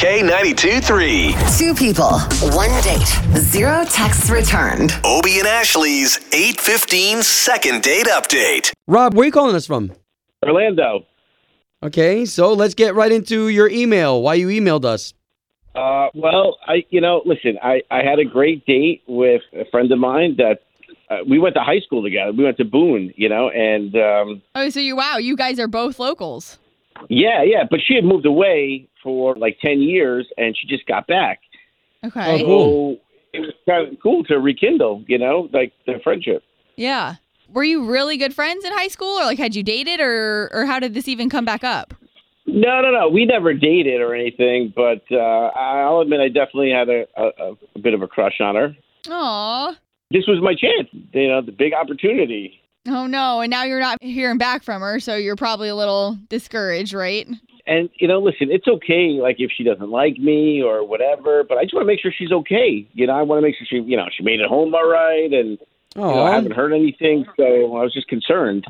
K92 3. Two people, one date, zero texts returned. Obie and Ashley's 815 second date update. Rob, where are you calling us from? Orlando. Okay, so let's get right into your email. Why you emailed us? Uh, well, I you know, listen, I I had a great date with a friend of mine that uh, we went to high school together. We went to Boone, you know, and um, Oh, so you wow, you guys are both locals. yeah, yeah. But she had moved away for like ten years, and she just got back. Okay. Oh, cool. So it was kind of cool to rekindle, you know, like the friendship. Yeah. Were you really good friends in high school or like had you dated or or how did this even come back up? No, no, no. We never dated or anything, but uh, I'll admit I definitely had a, a, a bit of a crush on her. Aw. This was my chance, you know, the big opportunity. Oh no, and now you're not hearing back from her, so you're probably a little discouraged, right? And you know, listen, it's okay, like if she doesn't like me or whatever. But I just want to make sure she's okay. You know, I want to make sure she, you know, she made it home all right, and Oh, you know, I haven't heard anything, so I was just concerned.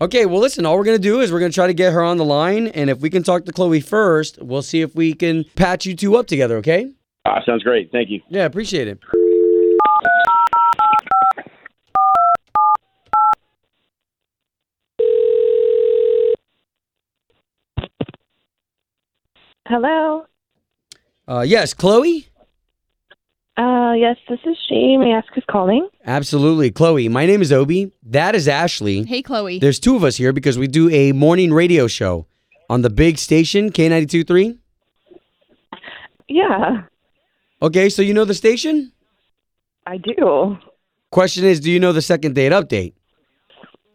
Okay, well, listen, all we're going to do is we're going to try to get her on the line. And if we can talk to Chloe first, we'll see if we can patch you two up together, okay? Ah, sounds great. Thank you. Yeah, appreciate it. Hello. Uh, yes, Chloe? Uh, yes, this is she. May I ask who's calling? Absolutely. Chloe, my name is Obi. That is Ashley. Hey Chloe. There's two of us here because we do a morning radio show on the big station, K92.3. Yeah, Okay, so you know the station? I do. Question is, do you know the second date update?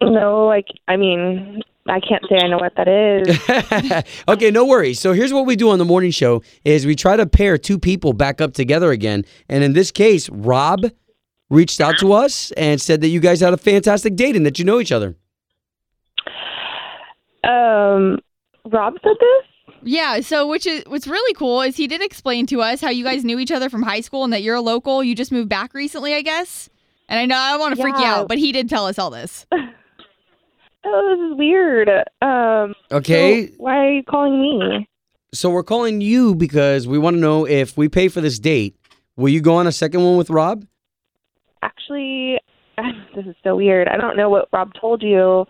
No, like, I mean, I can't say I know what that is. okay, no worries. So here's what we do on the morning show is we try to pair two people back up together again. And in this case, Rob reached out to us and said that you guys had a fantastic date and that you know each other. um, Rob said this? Yeah, so which is what's really cool is he did explain to us how you guys knew each other from high school and that you're a local. You just moved back recently, I guess. And I know I want to freak you Yeah. out, but he did tell us all this. Oh, this is weird. Um, so Okay. why are you calling me? So we're calling you because we want to know if we pay for this date, will you go on a second one with Rob? Actually, this is so weird. I don't know what Rob told you,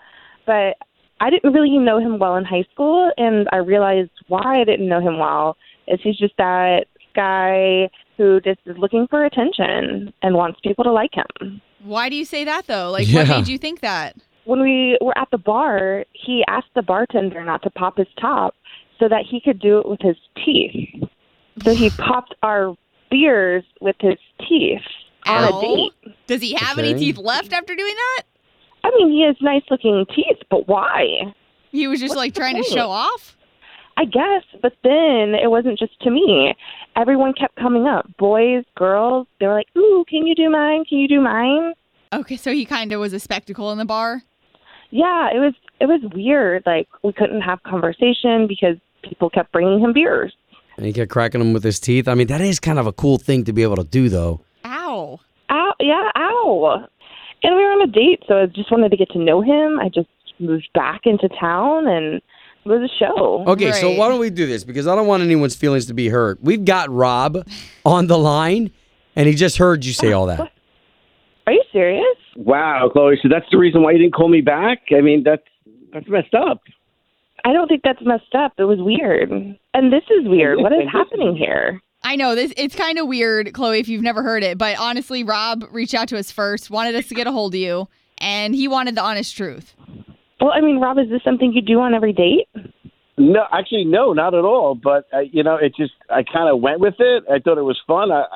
but I didn't really know him well in high school, and I realized why I didn't know him well is he's just that guy who just is looking for attention and wants people to like him. Why do you say that though? Like what Yeah. made you think that? when we were at the bar, he asked the bartender not to pop his top so that he could do it with his teeth. So he popped our beers with his teeth on Ow. a date. Does he have any Okay. teeth left after doing that? I mean, he has nice looking teeth, but why? He was just What's like the trying to point? show off. I guess, but then it wasn't just to me. Everyone kept coming up, boys, girls. They were like, "Ooh, can you do mine? Can you do mine?" Okay, so he kind of was a spectacle in the bar. Yeah, it was it was weird. Like we couldn't have conversation because people kept bringing him beers. And he kept cracking him with his teeth. I mean, that is kind of a cool thing to be able to do, though. Ow. Ow, yeah, ow. And we were on a date, so I just wanted to get to know him. I just moved back into town and it was a show. Okay, so Right. why don't we do this? Because I don't want anyone's feelings to be hurt. We've got Rob on the line, and he just heard you say all that. Are you serious? Wow, Chloe. So that's the reason why you didn't call me back. I mean, that's that's messed up. I don't think that's messed up. It was weird. And this is weird. What is happening here? I know this it's kind of weird, Chloe, if you've never heard it, but honestly, Rob reached out to us first, wanted us to get a hold of you, and he wanted the honest truth. Well, I mean, Rob, is this something you do on every date? No, actually, no, not at all. But uh, you know, it just I kind of went with it. I thought it was fun. I, I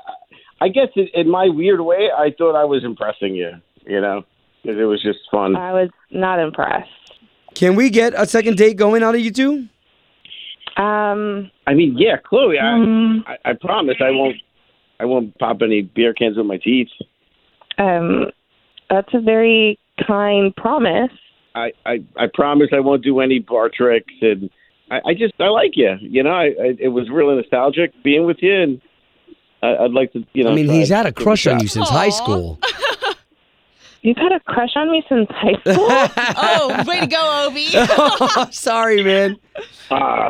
I guess in, in my weird way, I thought I was impressing you. You know, 'cause it was just fun. I was not impressed. Can we get a second date going out of you two? Um, I mean, yeah, Chloe. I mm, I, I promise I won't I won't pop any beer cans with my teeth. Um, that's a very kind promise. I, I, I promise I won't do any bar tricks, and I, I just I like you. You know, I, I it was really nostalgic being with you, and I, I'd like to. You know, I mean, try he's to had a give it crush on shot. you since high Aw. school. You've had a crush on me since high school. Oh, way to go, Obi. Sorry, man. Ah,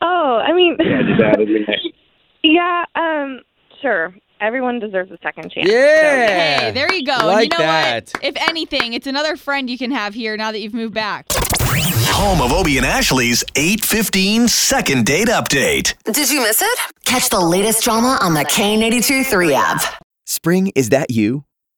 oh, I mean, get out of here. yeah. Um, sure. Everyone deserves a second chance. Yeah. Hey, there you go. And you Like know that. what? If anything, it's another friend you can have here now that you've moved back. Home of Obie and Ashley's 815 second date update. Did you miss it? Catch the latest drama on the K82 3 app. Spring, is that you?